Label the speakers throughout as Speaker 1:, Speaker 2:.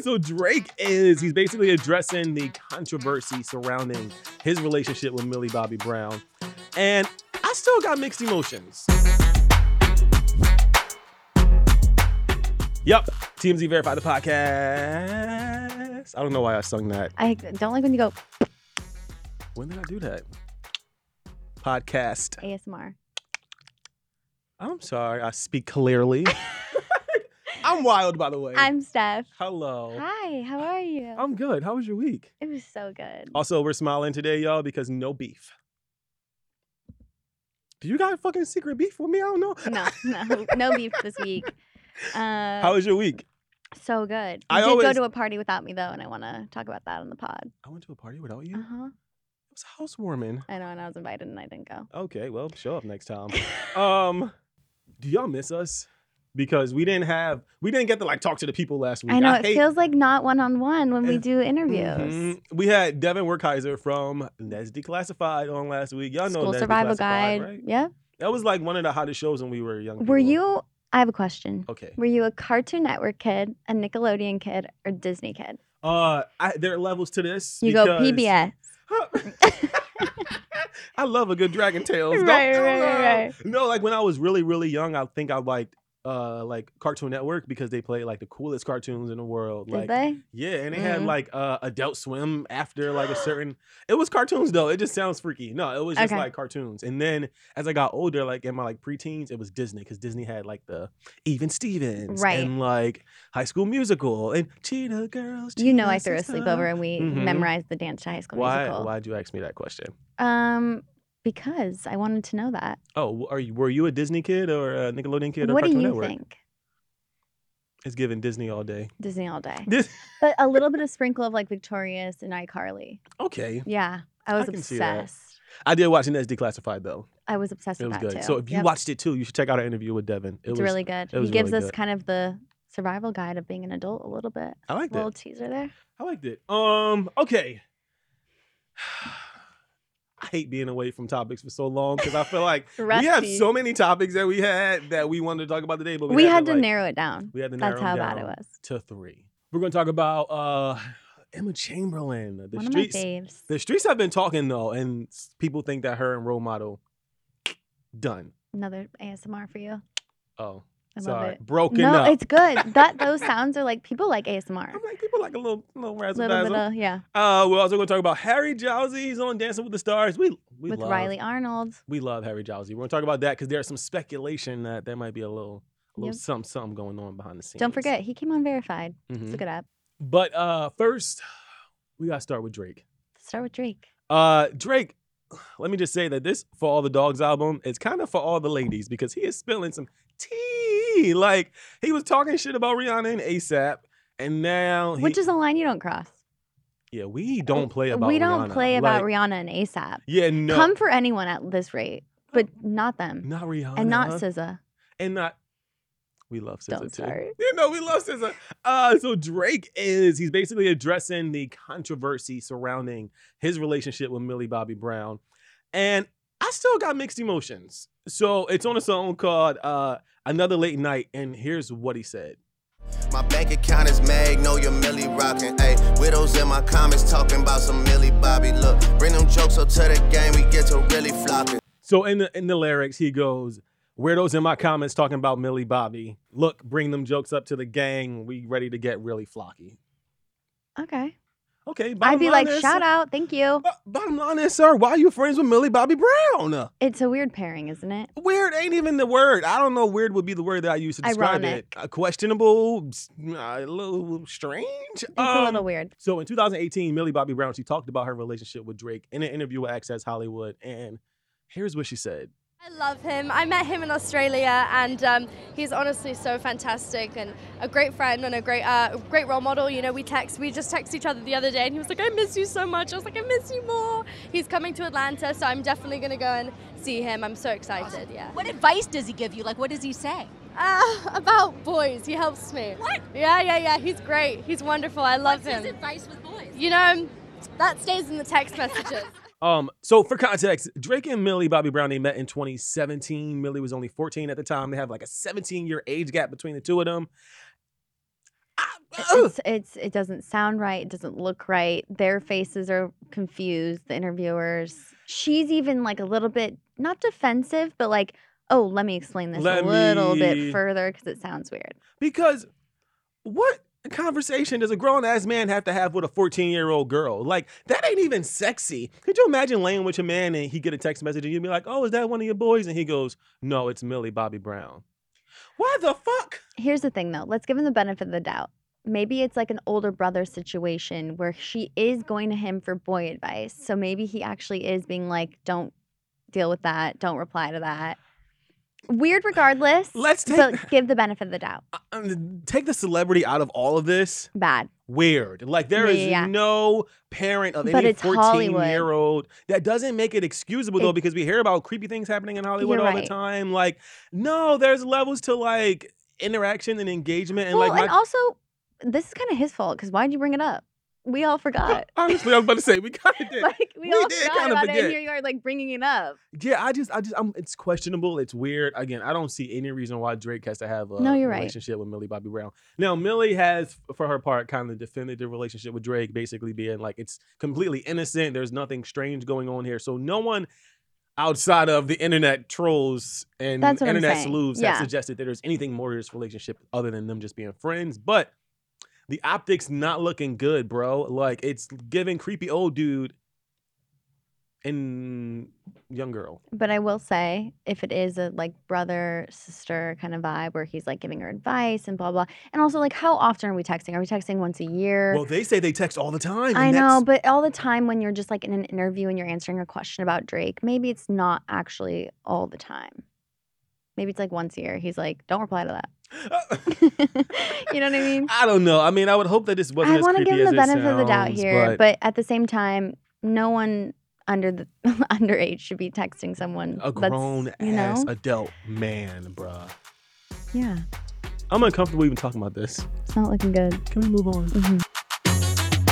Speaker 1: so Drake is he's basically addressing the controversy surrounding his relationship with Millie Bobby Brown. And I still got mixed emotions. Yep, TMZ Verify the podcast. I don't know why I sung that.
Speaker 2: I don't like when you go
Speaker 1: When did I do that? Podcast.
Speaker 2: ASMR.
Speaker 1: I'm sorry. I speak clearly. I'm wild, by the way.
Speaker 2: I'm Steph.
Speaker 1: Hello.
Speaker 2: Hi, how are you?
Speaker 1: I'm good. How was your week?
Speaker 2: it was so good.
Speaker 1: Also, we're smiling today, y'all, because no beef. Do you got fucking secret beef with me? I don't know.
Speaker 2: No, no, no beef this week. Uh,
Speaker 1: How was your week?
Speaker 2: so good. You
Speaker 1: I
Speaker 2: did go
Speaker 1: always-
Speaker 2: to a party without me though, and I want to talk about that on the pod.
Speaker 1: I went to a party without you.
Speaker 2: Uh
Speaker 1: It
Speaker 2: huh.
Speaker 1: was housewarming.
Speaker 2: I know, and I was invited, and I didn't go.
Speaker 1: Okay, well, show up next time. um, do y'all miss us? Because we didn't have, we didn't get to like talk to the people last week.
Speaker 2: I know it
Speaker 1: hate-
Speaker 2: feels like not one on one when we
Speaker 1: It's-
Speaker 2: do interviews.
Speaker 1: Mhm. We had Devin Werkheiser from NES Declassified on last week. Y'all know
Speaker 2: School
Speaker 1: NES
Speaker 2: survival
Speaker 1: Declassified,
Speaker 2: guide.
Speaker 1: right?
Speaker 2: Yeah.
Speaker 1: That was like one of the hottest shows when we were young.
Speaker 2: Were
Speaker 1: people.
Speaker 2: you? I have a question.
Speaker 1: Okay.
Speaker 2: Were you a Cartoon Network kid, a Nickelodeon kid, or Disney kid?
Speaker 1: Uh, I, there are levels to this.
Speaker 2: You go
Speaker 1: because-
Speaker 2: PBS.
Speaker 1: I love a good Dragon Tales. Don't-
Speaker 2: Right, right, right, right.
Speaker 1: No, like when I was really, really young, I think I liked uh like Cartoon Network because they played like the coolest cartoons in the world.
Speaker 2: Did
Speaker 1: like
Speaker 2: they?
Speaker 1: yeah, and they had
Speaker 2: Mhm.
Speaker 1: like uh Adult Swim after like a certain. It was cartoons though. It just sounds freaky. No, it was just
Speaker 2: Okay.
Speaker 1: like cartoons. And then as I got older, like in my like preteens, it was Disney because Disney had like the Even Stevens
Speaker 2: Right.
Speaker 1: and like High School Musical and Cheetah Girls.
Speaker 2: You know, I
Speaker 1: Cheetah
Speaker 2: threw a
Speaker 1: Sister.
Speaker 2: sleepover and we
Speaker 1: Mhm.
Speaker 2: memorized the dance to High School
Speaker 1: Why?
Speaker 2: Musical.
Speaker 1: Why'd you ask me that question?
Speaker 2: Um, because I wanted to know that.
Speaker 1: Oh, w- are you were you a Disney kid or a Nickelodeon kid or
Speaker 2: what do
Speaker 1: Cartoon
Speaker 2: you
Speaker 1: Network?
Speaker 2: think?
Speaker 1: It's giving Disney all day.
Speaker 2: Disney all day,
Speaker 1: This
Speaker 2: but a little bit of sprinkle of like Victorious and iCarly.
Speaker 1: okay.
Speaker 2: Yeah, I was
Speaker 1: I can see that.
Speaker 2: obsessed.
Speaker 1: I did watch Ned's Declassified though.
Speaker 2: I was obsessed
Speaker 1: It was
Speaker 2: with that
Speaker 1: good.
Speaker 2: too.
Speaker 1: So if you
Speaker 2: Yep.
Speaker 1: watched it too, you should check out our interview with Devin. It
Speaker 2: it's
Speaker 1: was
Speaker 2: really good.
Speaker 1: was
Speaker 2: he gives
Speaker 1: really
Speaker 2: us
Speaker 1: good.
Speaker 2: kind of the survival guide of being an adult a little bit.
Speaker 1: I liked
Speaker 2: Little
Speaker 1: it.
Speaker 2: teaser there.
Speaker 1: I liked it. Um, okay. I hate being away from topics for so long because I feel like we have
Speaker 2: Rusty.
Speaker 1: so many topics that we had that we wanted to talk about today, but we,
Speaker 2: we had to
Speaker 1: like-
Speaker 2: narrow it down.
Speaker 1: We had to narrow
Speaker 2: That's how
Speaker 1: them
Speaker 2: bad it
Speaker 1: down
Speaker 2: was.
Speaker 1: to three. We're gonna talk about uh Emma Chamberlain, the
Speaker 2: One
Speaker 1: streets.
Speaker 2: of my faves.
Speaker 1: The streets have been talking though, and s- people think that her and role model done.
Speaker 2: Another ASMR for you.
Speaker 1: Oh,
Speaker 2: I love
Speaker 1: sorry,
Speaker 2: it.
Speaker 1: broken
Speaker 2: No,
Speaker 1: up.
Speaker 2: it's good. That those sounds are like people like ASMR.
Speaker 1: I'm like people like a little little razzle
Speaker 2: Little bit
Speaker 1: dazzle.
Speaker 2: of yeah,
Speaker 1: Uh, we're also going to talk about Harry Jowsey. He's on Dancing with the Stars. We we
Speaker 2: with
Speaker 1: love
Speaker 2: Riley Arnold.
Speaker 1: we love Harry Jowsey. We're going to talk about that because there's some speculation that there might be a little a little
Speaker 2: Yep.
Speaker 1: something something going on behind the scenes.
Speaker 2: Don't forget, he came on Verified.
Speaker 1: Mhm.
Speaker 2: Let's look it up.
Speaker 1: But uh, first, we got to start with Drake.
Speaker 2: Let's start with Drake.
Speaker 1: Uh, Drake, let me just say that this For All the Dogs album is kind of for all the ladies because he is spilling some tea. Like, he was talking shit about Rihanna and ASAP, and now he,
Speaker 2: Which is a line you don't cross.
Speaker 1: yeah, we don't play about
Speaker 2: we don't
Speaker 1: Rihanna.
Speaker 2: play about
Speaker 1: Like,
Speaker 2: Rihanna and ASAP.
Speaker 1: Yeah, no,
Speaker 2: Come for anyone at this rate, but not them.
Speaker 1: not Rihanna,
Speaker 2: and not SZA.
Speaker 1: and not. We love SZA
Speaker 2: Don't
Speaker 1: too.
Speaker 2: start.
Speaker 1: You know we love SZA. Uh, so Drake is he's basically addressing the controversy surrounding his relationship with Millie Bobby Brown, and I still got mixed emotions. So it's on a song called uh, "Another Late Night," and here's what he said.
Speaker 3: My bank account is mag, know your Millie rockin'. Ayy, widows in my comments talking about some Millie Bobby. Look, bring them jokes up to the game, we get to really floppin'.
Speaker 1: So in the in the lyrics, he goes, "Weirdos in my comments talking about Millie Bobby. Look, bring them jokes up to the gang. We ready to get really flocky."
Speaker 2: Okay.
Speaker 1: Okay, bottom
Speaker 2: I'd be
Speaker 1: line
Speaker 2: like,
Speaker 1: is- uh,
Speaker 2: shout out, thank you.
Speaker 1: Bo- Bottom line is, sir, why are you friends with Millie Bobby Brown?
Speaker 2: It's a weird pairing, isn't it?
Speaker 1: Weird ain't even the word. I don't know. Weird would be the word that I use to describe it.
Speaker 2: Ironic.
Speaker 1: Uh, questionable, s- uh, a little strange.
Speaker 2: It's
Speaker 1: Um,
Speaker 2: a little weird.
Speaker 1: So in 2018, Millie Bobby Brown she talked about her relationship with Drake in an interview with Access Hollywood, and here's what she said.
Speaker 4: I love him. I met him in Australia, and um, he's honestly so fantastic and a great friend and a great, uh, great role model. You know, we text, we just text each other the other day, and he was like, "I miss you so much." I was like, "I miss you more." He's coming to Atlanta, so I'm definitely gonna go and see him. I'm so excited. Yeah.
Speaker 5: What advice does he give you? Like, what does he say?
Speaker 4: Uh, about boys, he helps me.
Speaker 5: What?
Speaker 4: Yeah, yeah, yeah. He's great. He's wonderful. I love
Speaker 5: What's his
Speaker 4: him.
Speaker 5: advice with boys?
Speaker 4: You know, that stays in the text messages.
Speaker 1: Um, so for context, Drake and Millie Bobby Brown they met in 2017. Millie was only 14 at the time. They have like a 17 year age gap between the two of them. I,
Speaker 2: it's, it's it doesn't sound right it doesn't look right their faces are confused the interviewers she's even like a little bit not defensive but like oh let me explain this
Speaker 1: Let
Speaker 2: a little
Speaker 1: me-
Speaker 2: bit further because it sounds weird
Speaker 1: Because what conversation does a grown ass man have to have with a 14 year old girl? Like, that ain't even sexy. Could you imagine laying with your man and he get a text message and you'd be like, oh, is that one of your boys? And he goes, no, it's Millie Bobby Brown. Why the fuck?
Speaker 2: here's the thing though let's give him the benefit of the doubt maybe it's like an older brother situation where she is going to him for boy advice so maybe he actually is being like don't deal with that don't reply to that weird regardless
Speaker 1: Let's take-
Speaker 2: but give the benefit of the doubt
Speaker 1: I- I'm- Uh, take the celebrity out of all of this.
Speaker 2: bad
Speaker 1: Weird. Like, there is
Speaker 2: Yeah.
Speaker 1: no parent of
Speaker 2: But
Speaker 1: any
Speaker 2: it's
Speaker 1: 14
Speaker 2: Hollywood.
Speaker 1: year old that doesn't make it excusable, though,
Speaker 2: It-
Speaker 1: because we hear about creepy things happening in Hollywood
Speaker 2: You're
Speaker 1: all the
Speaker 2: right.
Speaker 1: time. Like, no, there's levels to like interaction and engagement. And
Speaker 2: well
Speaker 1: like, my
Speaker 2: and also this is kind of his fault because why'd you bring it up we all forgot
Speaker 1: Honestly, I was about to say we kind of did.
Speaker 2: like we,
Speaker 1: We
Speaker 2: all
Speaker 1: did
Speaker 2: forgot
Speaker 1: kinda
Speaker 2: about it
Speaker 1: forget.
Speaker 2: and here you are like bringing it up
Speaker 1: Yeah, I just, I just, I'm, it's questionable. It's weird. Again, I don't see any reason why Drake has to have a
Speaker 2: No, you're right.
Speaker 1: relationship with Millie Bobby Brown. Now, Millie has, for her part, kind of defended the relationship with Drake, basically being like it's completely innocent. There's nothing strange going on here, so no one outside of the internet trolls and
Speaker 2: That's what I'm
Speaker 1: internet
Speaker 2: saying.
Speaker 1: sleuths
Speaker 2: Yeah.
Speaker 1: have suggested that there's anything more to this relationship other than them just being friends. But the optics not looking good, bro. Like it's giving creepy old dude and young girl.
Speaker 2: But I will say, if it is a like brother sister kind of vibe where he's like giving her advice and blah blah, and also like how often are we texting? Are we texting once a year?
Speaker 1: Well, they say they text all the time.
Speaker 2: I
Speaker 1: and
Speaker 2: know,
Speaker 1: that's-
Speaker 2: but all the time when you're just like in an interview and you're answering a question about Drake, maybe it's not actually all the time. Maybe it's like once a year. He's like, don't reply to that. you know what I mean?
Speaker 1: I don't know. I mean, I would hope that this wasn't
Speaker 2: I
Speaker 1: as
Speaker 2: want to
Speaker 1: creepy
Speaker 2: give him the
Speaker 1: as it
Speaker 2: benefit of the doubt
Speaker 1: sounds,
Speaker 2: here,
Speaker 1: but,
Speaker 2: but at the same time, no one under the underage should be texting someone
Speaker 1: a
Speaker 2: that's,
Speaker 1: grown
Speaker 2: you know?
Speaker 1: ass adult man, bruh.
Speaker 2: Yeah,
Speaker 1: I'm uncomfortable even talking about this.
Speaker 2: it's not looking good.
Speaker 1: Can we move on?
Speaker 2: Mhm.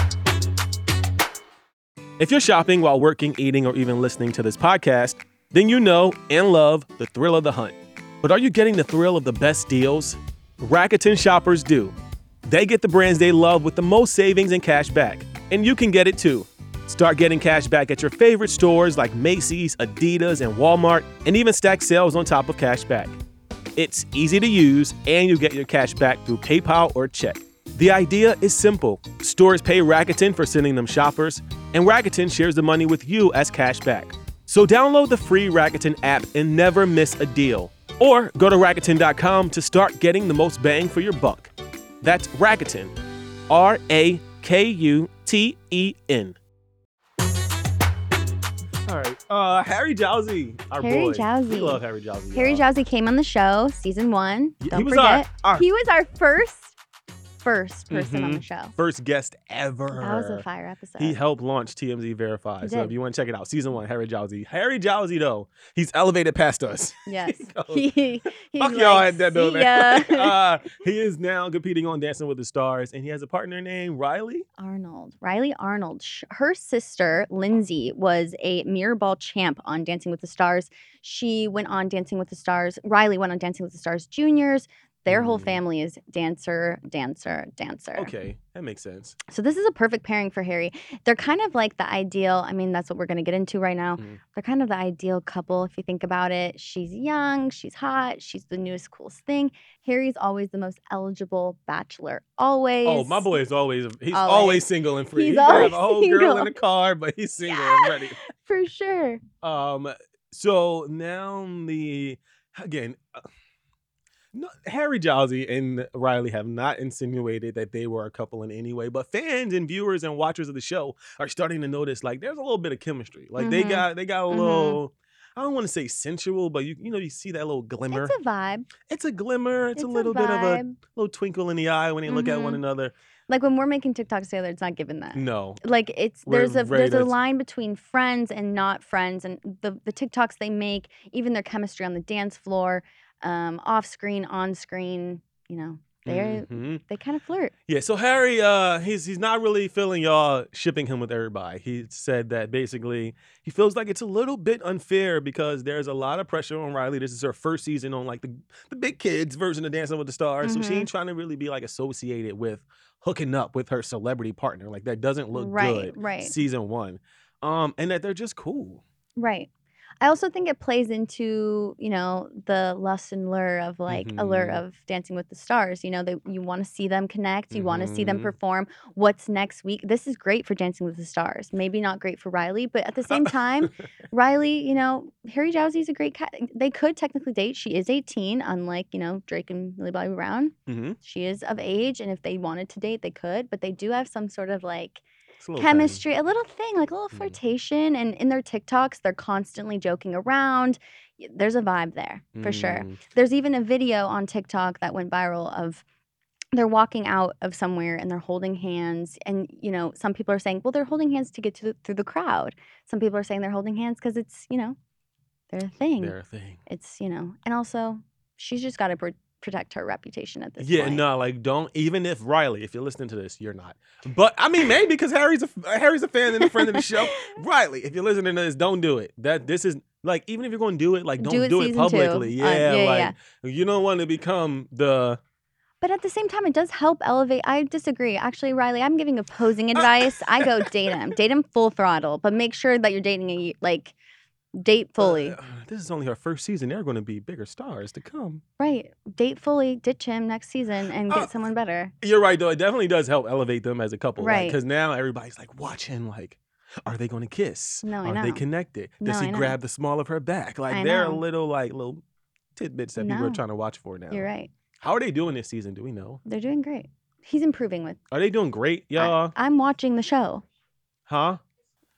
Speaker 1: If you're shopping while working, eating, or even listening to this podcast, then you know and love the thrill of the hunt. But are you getting the thrill of the best deals? Rakuten shoppers do. They get the brands they love with the most savings and cash back, and you can get it too. Start getting cash back at your favorite stores like Macy's, Adidas, and Walmart, and even stack sales on top of cash back. It's easy to use, and you get your cash back through PayPal or check. The idea is simple stores pay Rakuten for sending them shoppers, and Rakuten shares the money with you as cash back. So download the free Rakuten app and never miss a deal. Or go to Rakuten.com to start getting the most bang for your buck. That's Rakuten, R A K U T E N. All right, uh, Harry Jowsey, our
Speaker 2: Harry
Speaker 1: boy. We
Speaker 2: Jowsey.
Speaker 1: love Harry Jowsey.
Speaker 2: Harry
Speaker 1: y'all.
Speaker 2: Jowsey came on the show, season one.
Speaker 1: Y-
Speaker 2: Don't
Speaker 1: he was our-
Speaker 2: forget,
Speaker 1: our-
Speaker 2: he was our first, first person on
Speaker 1: Mhm.
Speaker 2: the show.
Speaker 1: first guest ever.
Speaker 2: That was a fire episode.
Speaker 1: He helped launch TMZ Verify.
Speaker 2: He
Speaker 1: So if
Speaker 2: did.
Speaker 1: you want to check it out, season one, Harry Jowsey. Harry Jowsey, though, he's elevated past us.
Speaker 2: yes,
Speaker 1: goes,
Speaker 2: he. he
Speaker 1: Fuck y'all at that building.
Speaker 2: Yeah,
Speaker 1: uh, he is now competing on Dancing with the Stars, and he has a partner named Riley.
Speaker 2: Arnold, Riley Arnold. Sh- Her sister Lindsay was a mirror ball champ on Dancing with the Stars. She went on Dancing with the Stars. Riley went on Dancing with the Stars juniors. Their whole
Speaker 1: Mm.
Speaker 2: family is dancer, dancer, dancer.
Speaker 1: Okay, that makes sense.
Speaker 2: So this is a perfect pairing for Harry. They're kind of like the ideal. I mean, that's what we're going to get into right now.
Speaker 1: Mhm.
Speaker 2: They're kind of the ideal couple if you think about it. She's young, she's hot, she's the newest coolest thing. Harry's always the most eligible bachelor. Always.
Speaker 1: oh, my boy is always he's always,
Speaker 2: Always.
Speaker 1: single and free.
Speaker 2: He's
Speaker 1: he can have
Speaker 2: always
Speaker 1: a whole girl
Speaker 2: single.
Speaker 1: in the car, but he's single and ready.
Speaker 2: For sure.
Speaker 1: Um. So now the again, uh, no, Harry Jowsey and Riley have not insinuated that they were a couple in any way, but fans and viewers and watchers of the show are starting to notice like there's a little bit of chemistry. Like they
Speaker 2: Mhm.
Speaker 1: got they got a
Speaker 2: Mhm.
Speaker 1: little. I don't want to say sensual, but you you know you see that little glimmer.
Speaker 2: It's a vibe.
Speaker 1: It's a glimmer. It's,
Speaker 2: It's
Speaker 1: a little bit of a
Speaker 2: vibe.
Speaker 1: little twinkle in the eye when they look at one
Speaker 2: Mhm.
Speaker 1: another.
Speaker 2: Like when we're making TikToks together, it's not given that.
Speaker 1: No,
Speaker 2: Like it's
Speaker 1: Mm. We're
Speaker 2: there's a
Speaker 1: ready
Speaker 2: there's
Speaker 1: to-
Speaker 2: a line between friends and not friends, and the the TikToks they make, even their chemistry on the dance floor, um, off screen, on screen, you know, they
Speaker 1: Mhm.
Speaker 2: they kind of flirt.
Speaker 1: Yeah, so Harry, uh, he's he's not really feeling y'all shipping him with everybody. He said that basically he feels like it's a little bit unfair because there's a lot of pressure on Riley. This is her first season on like the the big kids version of Dancing with the Stars, so she
Speaker 2: Mhm.
Speaker 1: ain't trying to really be like associated with hooking up with her celebrity partner. Like that doesn't look
Speaker 2: right,
Speaker 1: good.
Speaker 2: right,
Speaker 1: Season one, um, and that they're just cool.
Speaker 2: right. I also think it plays into you know the lust and lure of like allure
Speaker 1: Mhm.
Speaker 2: of Dancing with the Stars. You know that you want to see them connect, you want to see them
Speaker 1: Mhm.
Speaker 2: perform. What's next week? This is great for Dancing with the Stars. Maybe not great for Riley, but at the same time, Riley, you know Harry Jowsey's a great cat. They could technically date. She is eighteen, unlike you know Drake and Millie Bobby Brown.
Speaker 1: Mhm.
Speaker 2: She is of age, and if they wanted to date, they could. But they do have some sort of like
Speaker 1: It's a little thing.
Speaker 2: chemistry, a little thing, like a little
Speaker 1: Mhm.
Speaker 2: flirtation. And in their TikToks, they're constantly joking around. Y- There's a vibe there for sure.
Speaker 1: Mm.
Speaker 2: There's even a video on TikTok that went viral of they're walking out of somewhere and they're holding hands. And, you know, some people are saying, well, they're holding hands to get to the, through the crowd. Some people are saying they're holding hands because it's, you know, their thing.
Speaker 1: They're a thing.
Speaker 2: It's, you know, and also she's just got to pr- protect her reputation at this
Speaker 1: yeah,
Speaker 2: point.
Speaker 1: no, like don't even if Riley, if you're listening to this, you're not. But I mean, maybe because Harry's a Harry's a fan and a friend of the show. Riley, if you're listening to this, don't do it. That this is like even if you're going to do it, like
Speaker 2: Do
Speaker 1: don't
Speaker 2: it
Speaker 1: do it
Speaker 2: season two.
Speaker 1: publicly.
Speaker 2: Uh,
Speaker 1: yeah,
Speaker 2: yeah, yeah,
Speaker 1: like you don't want to become the
Speaker 2: But at the same time, it does help elevate. I disagree. Actually, Riley, I'm giving opposing advice. I go date him, date him full throttle, but make sure that you're dating a like date fully,
Speaker 1: Uh, this is only our first season. There are going to be bigger stars to come.
Speaker 2: right? Date fully, ditch him next season and get
Speaker 1: Uh,
Speaker 2: someone better.
Speaker 1: You're right, though. It definitely does help elevate them as a couple,
Speaker 2: Right.
Speaker 1: Because now everybody's like watching, like, are they going to kiss?
Speaker 2: No, I
Speaker 1: are they
Speaker 2: know.
Speaker 1: connected?
Speaker 2: No,
Speaker 1: Does
Speaker 2: I
Speaker 1: he
Speaker 2: know.
Speaker 1: grab the small of her back? Like,
Speaker 2: I
Speaker 1: there are
Speaker 2: know.
Speaker 1: little, like, little tidbits that people are
Speaker 2: No.
Speaker 1: trying to watch for now.
Speaker 2: You're right.
Speaker 1: How are they doing this season? Do we know?
Speaker 2: They're doing great. He's improving with.
Speaker 1: Are they doing great, y'all?
Speaker 2: I, am watching the show.
Speaker 1: huh?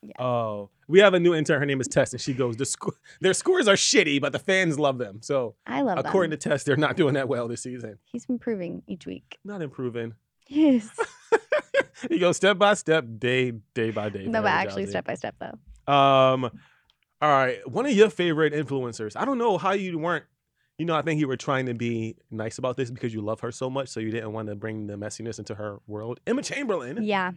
Speaker 2: Yeah.
Speaker 1: Oh, we have a new intern. Her name is Tess, and she goes, the sc- their scores are shitty, but the fans love them. So,
Speaker 2: I love that.
Speaker 1: according to Tess, they're not doing that well this season.
Speaker 2: He's improving each week.
Speaker 1: Not improving.
Speaker 2: Yes.
Speaker 1: you go step by step, day day by day. for
Speaker 2: no, but
Speaker 1: Harry
Speaker 2: actually,
Speaker 1: Jowsey.
Speaker 2: step by step though.
Speaker 1: Um, all right. One of your favorite influencers. I don't know how you weren't. You know, I think you were trying to be nice about this because you love her so much, so you didn't want to bring the messiness into her world. Emma Chamberlain.
Speaker 2: Yeah.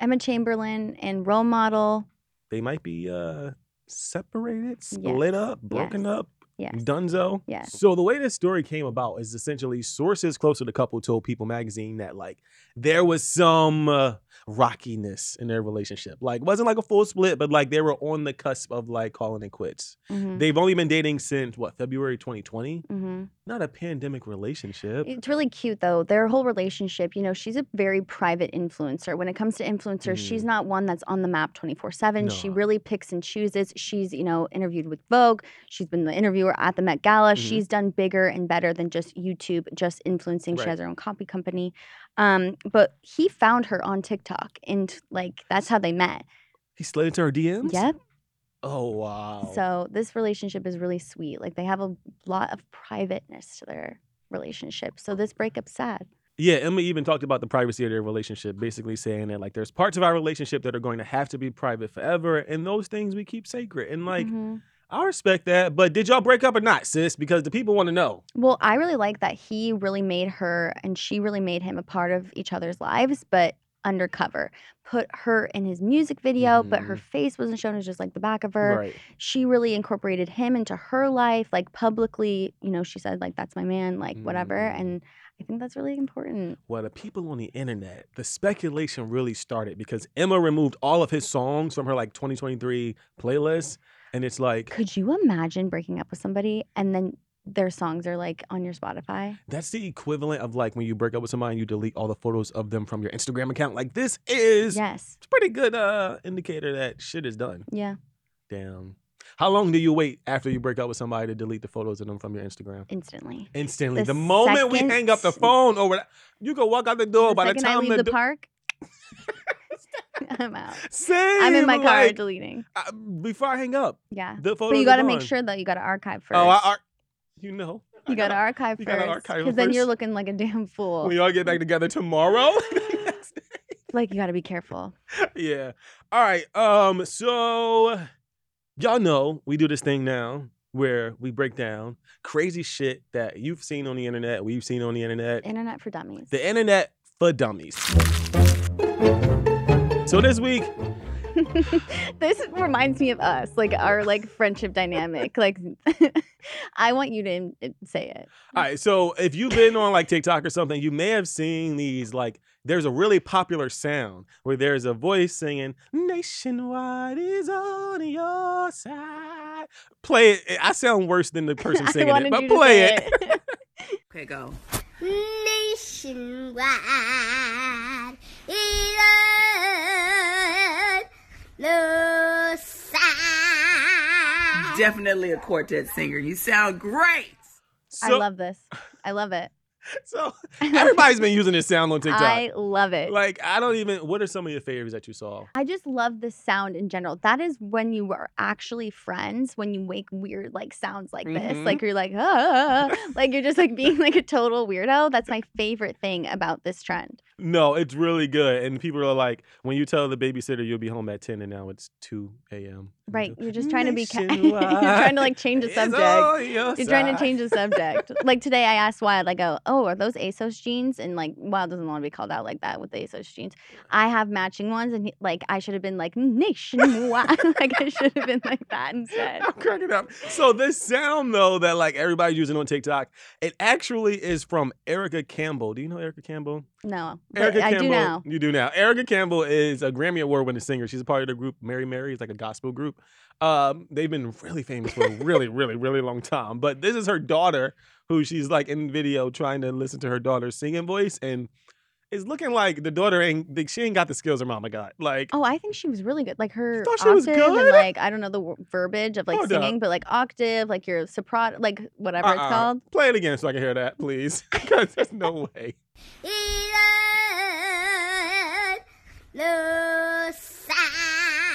Speaker 2: Emma Chamberlain and role model.
Speaker 1: They might be uh separated, split up, broken up.
Speaker 2: Yes.
Speaker 1: Dunzo.
Speaker 2: Yes.
Speaker 1: So the way this story came about is essentially sources close to the couple told People magazine that like there was some uh, rockiness in their relationship. Like wasn't like a full split, but like they were on the cusp of like calling it quits.
Speaker 2: Mm-hmm.
Speaker 1: They've only been dating since what February 2020.
Speaker 2: mm-hmm.
Speaker 1: Not a pandemic relationship.
Speaker 2: It's really cute though. Their whole relationship, you know, she's a very private influencer. When it comes to influencers, she's not one that's on the map 24 7. She
Speaker 1: Mm. No.
Speaker 2: really picks and chooses. She's, you know, interviewed with Vogue. She's been the interviewer at the Met Gala.
Speaker 1: Mhm.
Speaker 2: She's done bigger and better than just YouTube, just influencing.
Speaker 1: Right.
Speaker 2: She has her own copy company. Um, but he found her on TikTok and like that's how they met.
Speaker 1: he slid into her DMs.
Speaker 2: Yep.
Speaker 1: Oh wow.
Speaker 2: So this relationship is really sweet. Like they have a lot of privateness to their relationship. So this breakup's sad.
Speaker 1: Yeah, Emma even talked about the privacy of their relationship, basically saying that like there's parts of our relationship that are going to have to be private forever, and those things we keep sacred. And like
Speaker 2: Mhm.
Speaker 1: I respect that, but did y'all break up or not, sis? Because the people want to know.
Speaker 2: Well, I really like that he really made her and she really made him a part of each other's lives, but undercover. Put her in his music video, but her face wasn't shown. It was just like the back of her.
Speaker 1: Mm-hmm. Right.
Speaker 2: She really incorporated him into her life, like publicly, you know, she said, like, that's my man, like, whatever.
Speaker 1: Mm.
Speaker 2: And I think that's really important.
Speaker 1: Well, the people on the internet, the speculation really started because Emma removed all of his songs from her like 2023 playlist, and it's like
Speaker 2: Could you imagine breaking up with somebody and then their songs are like on your Spotify?
Speaker 1: that's the equivalent of like when you break up with somebody and you delete all the photos of them from your Instagram account. Like this is
Speaker 2: Yes.
Speaker 1: it's a pretty good uh indicator that shit is done.
Speaker 2: Yeah.
Speaker 1: Damn. How long do you wait after you break up with somebody to delete the photos of them from your Instagram?
Speaker 2: Instantly.
Speaker 1: Instantly. The,
Speaker 2: The
Speaker 1: moment we
Speaker 2: second-
Speaker 1: hang up the phone over that, you can walk out the door
Speaker 2: the
Speaker 1: Oh, by the
Speaker 2: second
Speaker 1: time
Speaker 2: I leave the
Speaker 1: do-
Speaker 2: park, I'm out.
Speaker 1: Same.
Speaker 2: I'm in my car
Speaker 1: like,
Speaker 2: deleting.
Speaker 1: I- before I hang up,
Speaker 2: Yeah.
Speaker 1: the photo.
Speaker 2: But you got to make sure though you got to archive first.
Speaker 1: Oh, I, ar- you know. I
Speaker 2: you got to archive
Speaker 1: you
Speaker 2: first.
Speaker 1: gotta archive it
Speaker 2: Because then you're
Speaker 1: first.
Speaker 2: looking like a damn fool.
Speaker 1: We all get back together tomorrow.
Speaker 2: like you got to be careful.
Speaker 1: yeah. All right. Um. So, y'all know we do this thing now where we break down crazy shit that you've seen on the internet, we've seen on the internet,
Speaker 2: Internet for dummies.
Speaker 1: the internet for dummies. So this week,
Speaker 2: this reminds me of us, like our like friendship dynamic. Like I want you to in- in- say it.
Speaker 1: All right, so if you've been on like TikTok or something, you may have seen these. Like, there's a really popular sound where there's a voice singing "Nationwide is on your side." Play it. I sound worse than the person
Speaker 2: I
Speaker 1: singing it,
Speaker 2: wanted
Speaker 1: but
Speaker 2: you to
Speaker 1: play
Speaker 2: say
Speaker 1: it.
Speaker 2: it.
Speaker 5: Okay, go.
Speaker 6: nationwide. Elon, no side.
Speaker 7: Definitely a quartet singer. You sound great.
Speaker 1: So,
Speaker 2: I love this. I love it.
Speaker 1: so everybody's been using this sound on TikTok.
Speaker 2: I love it.
Speaker 1: like, I don't even. What are some of your favorites that you saw?
Speaker 2: I just love the sound in general. That is when you are actually friends, when you make weird like sounds like
Speaker 1: Mhm.
Speaker 2: this. Like you're like, ah, like you're just like being like a total weirdo. That's my favorite thing about this trend.
Speaker 1: No, it's really good. And people are like, when you tell the babysitter you'll be home at ten, and now it's two a.m. and
Speaker 2: Right.
Speaker 1: go,
Speaker 2: You're just trying to be ca- you're
Speaker 1: "Nationwide
Speaker 2: trying to like change the
Speaker 1: uh, is
Speaker 2: subject.
Speaker 1: on your
Speaker 2: You're trying
Speaker 1: side."
Speaker 2: to change the subject. like today I asked Wild, I go, Oh, are those ASOS jeans? And like Wild doesn't want to be called out like that with the ASOS jeans. I have matching ones and he, like I should have been like nationwide. like I should have been like that instead.
Speaker 1: I'm cracking up. So this sound though that like everybody's using on TikTok, it actually is from Erica Campbell. Do you know Erica Campbell?
Speaker 2: No. But
Speaker 1: Erica
Speaker 2: I
Speaker 1: Campbell.
Speaker 2: do now.
Speaker 1: You do now. Erica Campbell is a Grammy award-winning singer. She's a part of the group Mary Mary. It's like a gospel group. Um, they've been really famous for a really, really, really long time. But this is her daughter, who she's like in video trying to listen to her daughter's singing voice, and it's looking like the daughter ain't. like, She ain't got the skills her mama got. Like,
Speaker 2: Oh, I think she was really good. Like her
Speaker 1: thought she
Speaker 2: octave
Speaker 1: was
Speaker 2: and
Speaker 1: good? Oh,
Speaker 2: like I don't know the w- verbiage of like
Speaker 1: Hold up.
Speaker 2: singing, but like octave, like your soprano, like whatever it's
Speaker 1: uh-uh.
Speaker 2: called.
Speaker 1: Play it again so I can hear that, please. 'Cause there's no way.
Speaker 6: Elon, no side.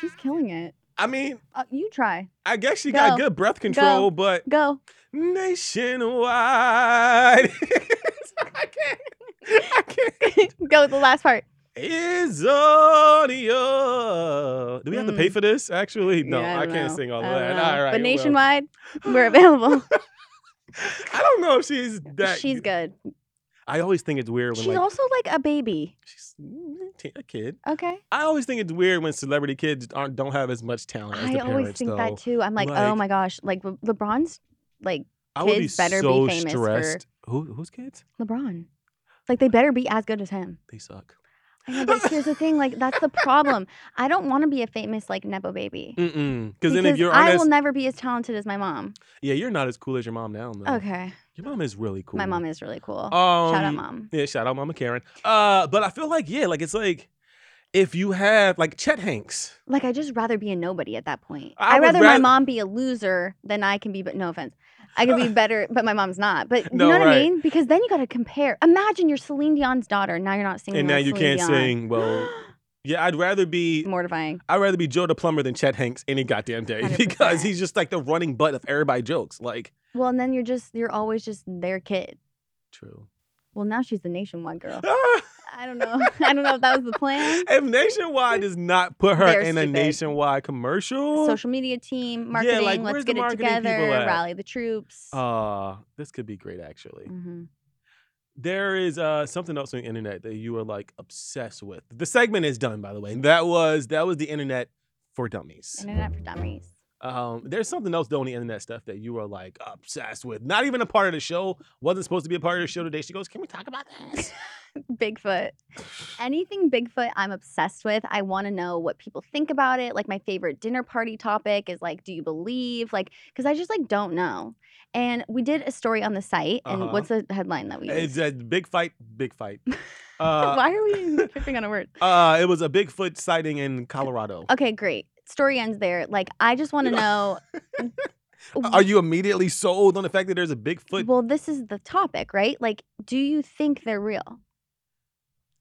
Speaker 2: She's killing it.
Speaker 1: I mean,
Speaker 2: Uh, you try.
Speaker 1: I guess she got
Speaker 2: Go.
Speaker 1: good breath control,
Speaker 2: Go.
Speaker 1: but
Speaker 2: Go.
Speaker 1: nationwide. I can't. I can't.
Speaker 2: Go with the last part.
Speaker 1: Is on your. Do we have to pay for this? Actually, no,
Speaker 2: Mm. Yeah,
Speaker 1: I,
Speaker 2: don't
Speaker 1: can't
Speaker 2: know.
Speaker 1: sing all
Speaker 2: I
Speaker 1: of that.
Speaker 2: don't know.
Speaker 1: All right, well,
Speaker 2: But nationwide, we're available.
Speaker 1: I don't know if she's that.
Speaker 2: She's good.
Speaker 1: I always think it's weird when
Speaker 2: She's
Speaker 1: like
Speaker 2: also like a baby.
Speaker 1: she's mm, a kid.
Speaker 2: Okay.
Speaker 1: I always think it's weird when celebrity kids aren't don't have as much talent. As
Speaker 2: I
Speaker 1: the
Speaker 2: always
Speaker 1: parents,
Speaker 2: think
Speaker 1: though.
Speaker 2: that too. I'm like, oh
Speaker 1: Like-
Speaker 2: my gosh, like Le- LeBron's like
Speaker 1: I would
Speaker 2: Kids
Speaker 1: be
Speaker 2: better be
Speaker 1: so
Speaker 2: famous for-
Speaker 1: stressed. Who, who's kids?
Speaker 2: LeBron. Like they better be as good as him.
Speaker 1: They suck.
Speaker 2: I know, but here's the thing, like that's the problem. I don't want to be a famous like nepo baby.
Speaker 1: Mm-mm. Because then if
Speaker 2: Because
Speaker 1: you're
Speaker 2: I
Speaker 1: honest,
Speaker 2: will never be as talented as my mom.
Speaker 1: yeah, you're not as cool as your mom now. Though.
Speaker 2: Okay.
Speaker 1: Your mom is really cool.
Speaker 2: My mom is really cool.
Speaker 1: Um,
Speaker 2: Shout out mom.
Speaker 1: Yeah, shout out Mama Karen. Uh, but I feel like yeah, like it's like if you have like Chet Hanks.
Speaker 2: Like I just rather be a nobody at that point.
Speaker 1: I
Speaker 2: I would
Speaker 1: would
Speaker 2: rather, my
Speaker 1: rath-
Speaker 2: mom be a loser than I can be but no offense. I could be better, but my mom's not. But
Speaker 1: No,
Speaker 2: you know what
Speaker 1: right.
Speaker 2: I mean? Because then you gotta compare. Imagine you're Celine Dion's daughter. Now you're not singing.
Speaker 1: And now
Speaker 2: like
Speaker 1: you
Speaker 2: Celine
Speaker 1: can't
Speaker 2: Dion.
Speaker 1: sing, well- Yeah, I'd rather be
Speaker 2: mortifying.
Speaker 1: I'd rather be Joe the plumber than Chet Hanks any goddamn day
Speaker 2: 100%.
Speaker 1: because he's just like the running butt of everybody jokes. Like
Speaker 2: Well, and then you're just you're always just their kid.
Speaker 1: true.
Speaker 2: Well, now she's the nationwide girl.
Speaker 1: Ah,
Speaker 2: I don't know. I don't know if that was the plan.
Speaker 1: if Nationwide does not put her
Speaker 2: They're
Speaker 1: in a
Speaker 2: stupid.
Speaker 1: Nationwide commercial,
Speaker 2: Social media team,
Speaker 1: Yeah,
Speaker 2: marketing,
Speaker 1: like,
Speaker 2: let's
Speaker 1: where's the
Speaker 2: get it
Speaker 1: marketing people
Speaker 2: together,
Speaker 1: at?
Speaker 2: rally the troops.
Speaker 1: uh, this could be great actually.
Speaker 2: hmm
Speaker 1: There is uh, something else on the internet that you are like obsessed with. The segment is done, by the way. That was that was the internet for dummies.
Speaker 2: Internet for dummies.
Speaker 1: Um, there's something else though on the internet stuff that you are like obsessed with. Not even a part of the show. Wasn't supposed to be a part of the show today. She goes, "Can we talk about this?"
Speaker 2: Bigfoot. Anything Bigfoot, I'm obsessed with. I want to know what people think about it. Like my favorite dinner party topic is like, do you believe? Like, because I just like don't know. And we did a story on the site, and
Speaker 1: Uh-huh.
Speaker 2: what's the headline that we
Speaker 1: it's
Speaker 2: used?
Speaker 1: a big fight. Big fight. Uh,
Speaker 2: Why are we tripping on a word?
Speaker 1: uh, it was a Bigfoot sighting in Colorado.
Speaker 2: Okay, great. Story ends there. Like, I just want to know.
Speaker 1: Are you immediately sold on the fact that there's a Bigfoot?
Speaker 2: well, this is the topic, right? Like, do you think they're real?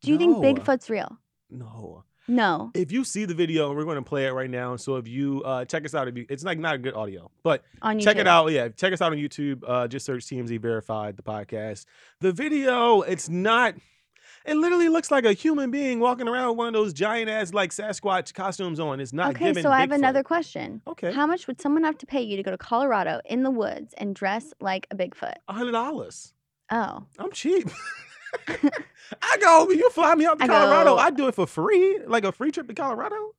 Speaker 2: Do you
Speaker 1: No.
Speaker 2: think Bigfoot's real?
Speaker 1: No.
Speaker 2: No.
Speaker 1: If you see the video, we're going to play it right now. So if you uh, check us out, if you, it's like not good audio, but
Speaker 2: On YouTube.
Speaker 1: check it out. Yeah, check us out on YouTube. Uh, just search TMZ Verified, the podcast. The video, it's not. It literally looks like a human being walking around with one of those giant ass like Sasquatch costumes on. It's not
Speaker 2: Okay,
Speaker 1: giving.
Speaker 2: so I have
Speaker 1: Bigfoot.
Speaker 2: another question.
Speaker 1: Okay,
Speaker 2: How much would someone have to pay you to go to Colorado in the woods and dress like a Bigfoot?
Speaker 1: a hundred dollars.
Speaker 2: Oh,
Speaker 1: I'm cheap. I go. You fly me out to
Speaker 2: I
Speaker 1: Colorado.
Speaker 2: go-
Speaker 1: I do it for free, like a free trip to Colorado.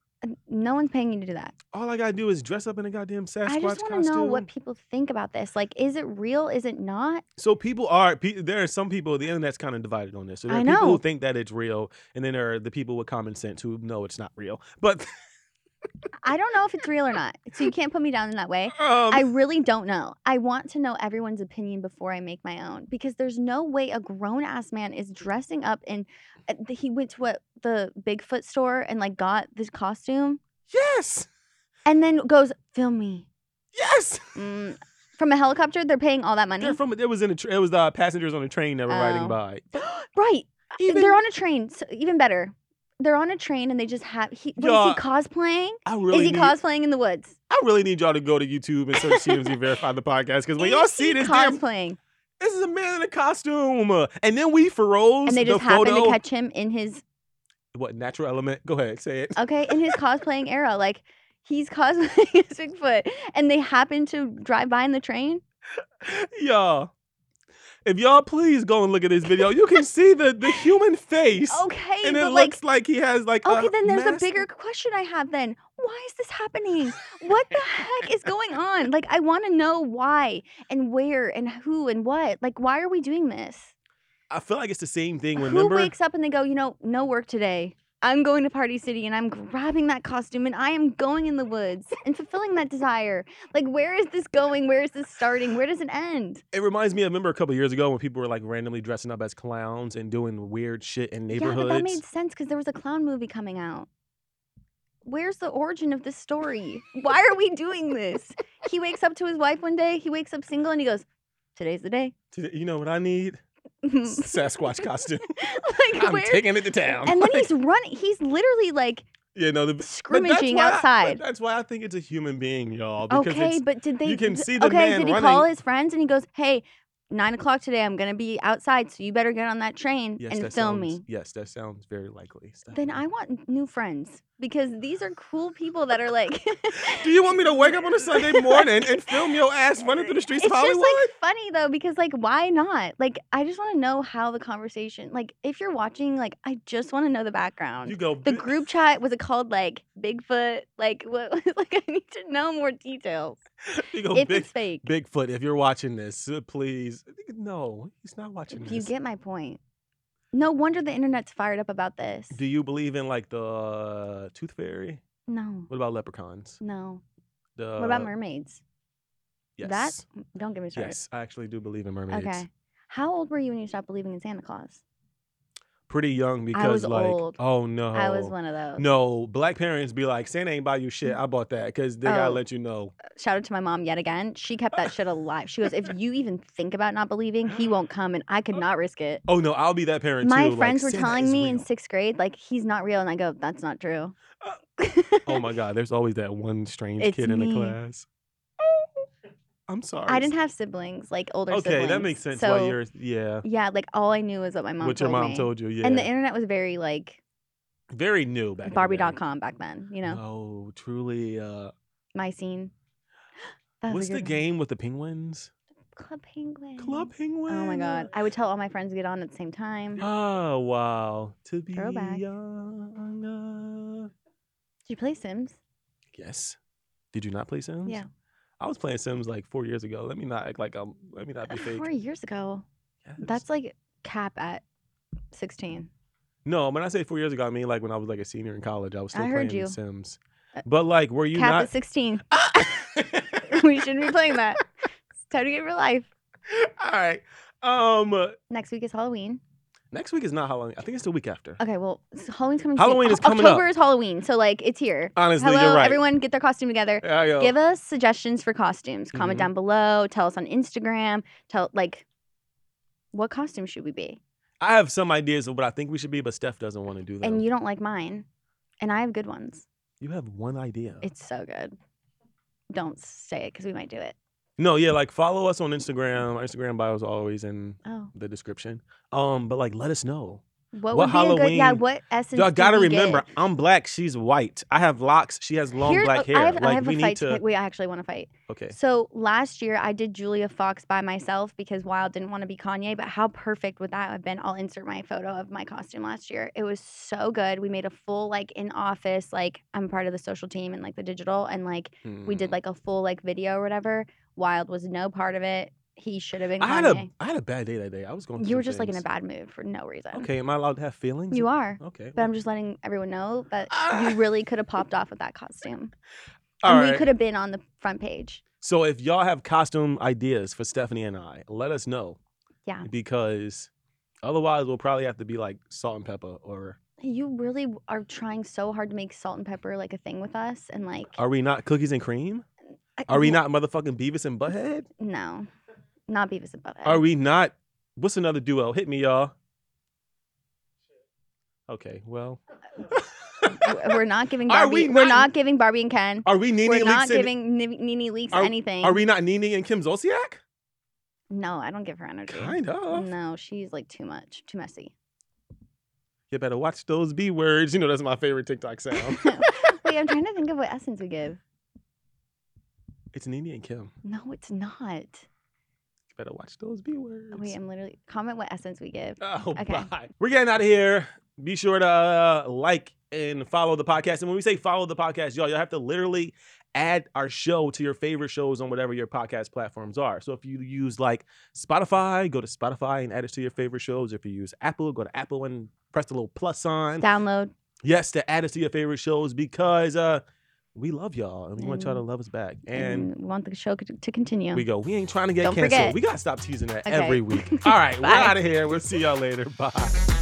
Speaker 2: no one's paying you to do that.
Speaker 1: All I gotta do is dress up in a goddamn Sasquatch
Speaker 2: I just want to
Speaker 1: costume.
Speaker 2: know what people think about this. Like, is it real? Is it not?
Speaker 1: so people are. Pe- there are some people. The internet's kind of divided on this. So there
Speaker 2: I
Speaker 1: are people
Speaker 2: know.
Speaker 1: who think that it's real, and then there are the people with common sense who know it's not real. But
Speaker 2: I don't know if it's real or not. So you can't put me down in that way.
Speaker 1: um,
Speaker 2: I really don't know. I want to know everyone's opinion before I make my own because there's no way a grown ass man is dressing up in. uh, th- He went to what the Bigfoot store and like got this costume
Speaker 1: yes,
Speaker 2: and then goes film me
Speaker 1: yes.
Speaker 2: mm, from a helicopter. They're paying all that money,
Speaker 1: They're from. It was in. A tra- it was uh, passengers on a train that were riding
Speaker 2: Hmm? Oh.
Speaker 1: by.
Speaker 2: right?
Speaker 1: Even-
Speaker 2: They're on a train, so even better. They're on a train and they just have. He, what is
Speaker 1: Yeah.
Speaker 2: he cosplaying?
Speaker 1: I really.
Speaker 2: is he
Speaker 1: need,
Speaker 2: cosplaying in the woods?
Speaker 1: I really need y'all to go to YouTube and search CMZ verify the podcast because when
Speaker 2: Is
Speaker 1: y'all see
Speaker 2: he
Speaker 1: this damn,
Speaker 2: cosplaying,
Speaker 1: this is a man in a costume, uh, and then we Feroz
Speaker 2: and they just
Speaker 1: the
Speaker 2: happen
Speaker 1: photo.
Speaker 2: to catch him in his
Speaker 1: what natural element? Go ahead, say it.
Speaker 2: okay, in his cosplaying era, like he's cosplaying as Bigfoot, and they happen to drive by in the train.
Speaker 1: y'all. If y'all please go and look at this video, you can see the the human face,
Speaker 2: Okay,
Speaker 1: and it
Speaker 2: but like,
Speaker 1: looks like he has like.
Speaker 2: okay,
Speaker 1: a
Speaker 2: then there's
Speaker 1: mask.
Speaker 2: a bigger question I have. Then why is this happening? What the heck is going on? Like, I want to know why and where and who and what. Like, why are we doing this?
Speaker 1: I feel like it's the same thing.
Speaker 2: Who
Speaker 1: Remember,
Speaker 2: wakes up and they go, you know, no work today. I'm going to Party City and I'm grabbing that costume and I am going in the woods and fulfilling that desire. Like, where is this going? Where is this starting? Where does it end?
Speaker 1: it reminds me. I remember a couple years ago when people were like randomly dressing up as clowns and doing weird shit in
Speaker 2: Yeah, but that
Speaker 1: neighborhoods.
Speaker 2: made sense because there was a clown movie coming out. Where's the origin of this story? Why are we doing this? He wakes up to his wife one day. He wakes up single and he goes, "Today's the day."
Speaker 1: Today- you know what I need?
Speaker 2: like,
Speaker 1: Sasquatch costume. I'm
Speaker 2: where?
Speaker 1: taking it to town.
Speaker 2: and then he's running. He's literally like
Speaker 1: you know the but that's
Speaker 2: scrimmaging
Speaker 1: why I- but
Speaker 2: outside.
Speaker 1: that's why I think it's a human being, y'all. Because
Speaker 2: Okay,
Speaker 1: it's,
Speaker 2: but did they?
Speaker 1: you can
Speaker 2: d-
Speaker 1: see the
Speaker 2: okay,
Speaker 1: man
Speaker 2: did he call
Speaker 1: running.
Speaker 2: his friends and he goes, "Hey, nine o'clock today, I'm gonna be outside, so you better get on that train
Speaker 1: yes,
Speaker 2: and
Speaker 1: that
Speaker 2: film
Speaker 1: sounds,
Speaker 2: me."
Speaker 1: Yes, that sounds very likely.
Speaker 2: Then I want new friends because these are cool people that are like.
Speaker 1: Do you want me to wake up on a Sunday morning and film your ass running through the streets
Speaker 2: It's
Speaker 1: of Hollywood?
Speaker 2: just like funny though because like why not? Like I just want to know how the conversation like if you're watching like I just want to know the background.
Speaker 1: you go.
Speaker 2: the
Speaker 1: "Bi-
Speaker 2: group chat was it called like Bigfoot? Like what? Like I need to know more details.
Speaker 1: You go. Oh,
Speaker 2: if
Speaker 1: Big,
Speaker 2: it's fake,
Speaker 1: Bigfoot, if you're watching this, uh, please. No, he's not watching
Speaker 2: you
Speaker 1: this.
Speaker 2: get my point. No wonder the internet's fired up about this.
Speaker 1: Do you believe in like the uh, tooth fairy?
Speaker 2: No,
Speaker 1: What about leprechauns?
Speaker 2: no.
Speaker 1: The,
Speaker 2: what about mermaids?
Speaker 1: Yes.
Speaker 2: That don't get me started.
Speaker 1: Uh, yes, I actually do believe in mermaids.
Speaker 2: okay. How old were you when you stopped believing in Santa Claus?
Speaker 1: Pretty young because
Speaker 2: was
Speaker 1: like
Speaker 2: old.
Speaker 1: oh no.
Speaker 2: I was one of those.
Speaker 1: No, black parents be like, Santa ain't buy you shit. I bought that because they gotta
Speaker 2: Oh.
Speaker 1: let you know.
Speaker 2: Shout out to my mom yet again. She kept that shit alive. She goes, if you even think about not believing, he won't come, and I could not risk it.
Speaker 1: Oh no, I'll be that parent
Speaker 2: My
Speaker 1: too. like,
Speaker 2: friends were
Speaker 1: "Santa
Speaker 2: telling
Speaker 1: is
Speaker 2: me in
Speaker 1: real."
Speaker 2: sixth grade, like he's not real, and I go, that's not true.
Speaker 1: Oh my god, there's always that one strange
Speaker 2: It's
Speaker 1: kid in the
Speaker 2: me.
Speaker 1: class. I'm sorry.
Speaker 2: I didn't have siblings, like older
Speaker 1: Okay,
Speaker 2: siblings.
Speaker 1: that makes sense.
Speaker 2: So
Speaker 1: why you're yeah,
Speaker 2: yeah, like all I knew was what my mom
Speaker 1: what your
Speaker 2: told
Speaker 1: mom
Speaker 2: me.
Speaker 1: told you. Yeah,
Speaker 2: And the internet was very like
Speaker 1: very new back. in the day.
Speaker 2: Barbie.com back then, you know,
Speaker 1: Uh, No, truly. Uh,
Speaker 2: my scene. That was a
Speaker 1: what's the
Speaker 2: good one.
Speaker 1: game with the penguins?
Speaker 2: Club Penguin.
Speaker 1: Club penguin.
Speaker 2: Oh my god. I would tell all my friends to get on at the same time. Did
Speaker 1: Oh wow. To be
Speaker 2: Throwback.
Speaker 1: young. uh,
Speaker 2: you play Sims?
Speaker 1: Yes. Did you not play Sims?
Speaker 2: Yeah.
Speaker 1: I was playing Sims like four years ago. Let me not act like I'm. Let me not be fake.
Speaker 2: Four years ago.
Speaker 1: Yes.
Speaker 2: That's like cap at sixteen.
Speaker 1: no. When I say four years ago, I mean like when I was like a senior in college. I was
Speaker 2: I
Speaker 1: still
Speaker 2: heard
Speaker 1: playing
Speaker 2: you. Uh,
Speaker 1: Sims. But like, were you
Speaker 2: cap
Speaker 1: not?
Speaker 2: at sixteen. we shouldn't be playing that. It's time to get real life.
Speaker 1: All right. Um.
Speaker 2: Next week is Halloween.
Speaker 1: Next week is not Halloween. I think it's the week after.
Speaker 2: Okay, well s- Halloween's coming.
Speaker 1: Halloween
Speaker 2: soon.
Speaker 1: is coming up.
Speaker 2: October is Halloween, so like it's here.
Speaker 1: Honestly,
Speaker 2: Hello,
Speaker 1: you're right.
Speaker 2: everyone, get their costume together.
Speaker 1: Yeah, yo.
Speaker 2: Give us suggestions for costumes. Comment
Speaker 1: Mhm.
Speaker 2: down below. Tell us on Instagram. Tell like, what costume should we be?
Speaker 1: I have some ideas of what I think we should be, but Steph doesn't want to do them.
Speaker 2: And you don't like mine, and I have good ones.
Speaker 1: You have one idea.
Speaker 2: It's so good. Don't say it because we might do it.
Speaker 1: no, yeah, like follow us on Instagram. Our Instagram bio is always in
Speaker 2: Oh,
Speaker 1: the description. Um, but like let us know.
Speaker 2: What,
Speaker 1: What
Speaker 2: would be a good, yeah,
Speaker 1: Halloween-
Speaker 2: what essence?
Speaker 1: Y'all
Speaker 2: did
Speaker 1: gotta
Speaker 2: we get?
Speaker 1: remember, I'm black. She's white. I have locks. She has long
Speaker 2: Here-
Speaker 1: black
Speaker 2: okay,
Speaker 1: hair.
Speaker 2: I have,
Speaker 1: like
Speaker 2: I have
Speaker 1: we
Speaker 2: a
Speaker 1: need
Speaker 2: fight
Speaker 1: to.
Speaker 2: pick. We actually want to fight.
Speaker 1: Okay.
Speaker 2: So last year I did Julia Fox by myself because Wild didn't want to be Kanye, but how perfect would that have been? I'll insert my photo of my costume last year. It was so good. We made a full like in office, like I'm part of the social team and like the digital and like we
Speaker 1: Hmm. Mm.
Speaker 2: did like a full like video or whatever. Wild was no part of it. He should have been
Speaker 1: I had
Speaker 2: Kanye.
Speaker 1: a I had a bad day that day. I was going. through
Speaker 2: You were
Speaker 1: some
Speaker 2: just like in a
Speaker 1: things.
Speaker 2: bad mood for no reason.
Speaker 1: Okay, am I allowed to have feelings?
Speaker 2: You are.
Speaker 1: Okay.
Speaker 2: But I'm just letting everyone know that
Speaker 1: Ah.
Speaker 2: you really could have popped off with that costume.
Speaker 1: All
Speaker 2: and
Speaker 1: right.
Speaker 2: we could have been on the front page.
Speaker 1: So if y'all have costume ideas for Stephanie and I, let us know.
Speaker 2: Yeah.
Speaker 1: Because otherwise, we'll probably have to be like salt and pepper, or
Speaker 2: You really w- are trying so hard to make salt and pepper like a thing with us, and like,
Speaker 1: are we not cookies and cream?
Speaker 2: I-
Speaker 1: Are we
Speaker 2: yeah,
Speaker 1: not motherfucking Beavis and Butthead?
Speaker 2: No, not Beavis and Butthead.
Speaker 1: Are we not? What's another duo? Hit me, y'all. Okay. Well,
Speaker 2: W- We're not giving
Speaker 1: Are we
Speaker 2: Barbie. are
Speaker 1: not-
Speaker 2: not giving Barbie and Ken.
Speaker 1: are we Nene
Speaker 2: We're not
Speaker 1: Leakes and-
Speaker 2: giving Ni- Nene Leaks
Speaker 1: Are-
Speaker 2: anything.
Speaker 1: Are we not Nene and Kim Zolciak?
Speaker 2: No, I don't give her energy.
Speaker 1: Kind of.
Speaker 2: No, she's like too much, too messy.
Speaker 1: You better watch those B words. You know that's my favorite TikTok sound.
Speaker 2: Wait, I'm trying to think of what essence we give.
Speaker 1: it's Nene and Kim.
Speaker 2: No, it's not.
Speaker 1: You better watch those B words.
Speaker 2: Wait, I'm literally comment what essence we give.
Speaker 1: Oh,
Speaker 2: Okay.
Speaker 1: bye. We're getting out of here. Be sure to uh, like and follow the podcast. And when we say follow the podcast, y'all, you'll have to literally add our show to your favorite shows on whatever your podcast platforms are. So if you use like Spotify, go to Spotify and add it to your favorite shows. If you use Apple, go to Apple and press the little plus sign.
Speaker 2: Download.
Speaker 1: yes, to add us to your favorite shows because uh, we love y'all and we want y'all to
Speaker 2: And-
Speaker 1: love us back. And
Speaker 2: And, we want the show c- to continue.
Speaker 1: we go, we ain't trying to get
Speaker 2: Don't
Speaker 1: canceled.
Speaker 2: forget.
Speaker 1: We got to stop teasing that
Speaker 2: Okay.
Speaker 1: every week. All right, we're
Speaker 2: Bye.
Speaker 1: out of here. We'll see y'all later. Bye.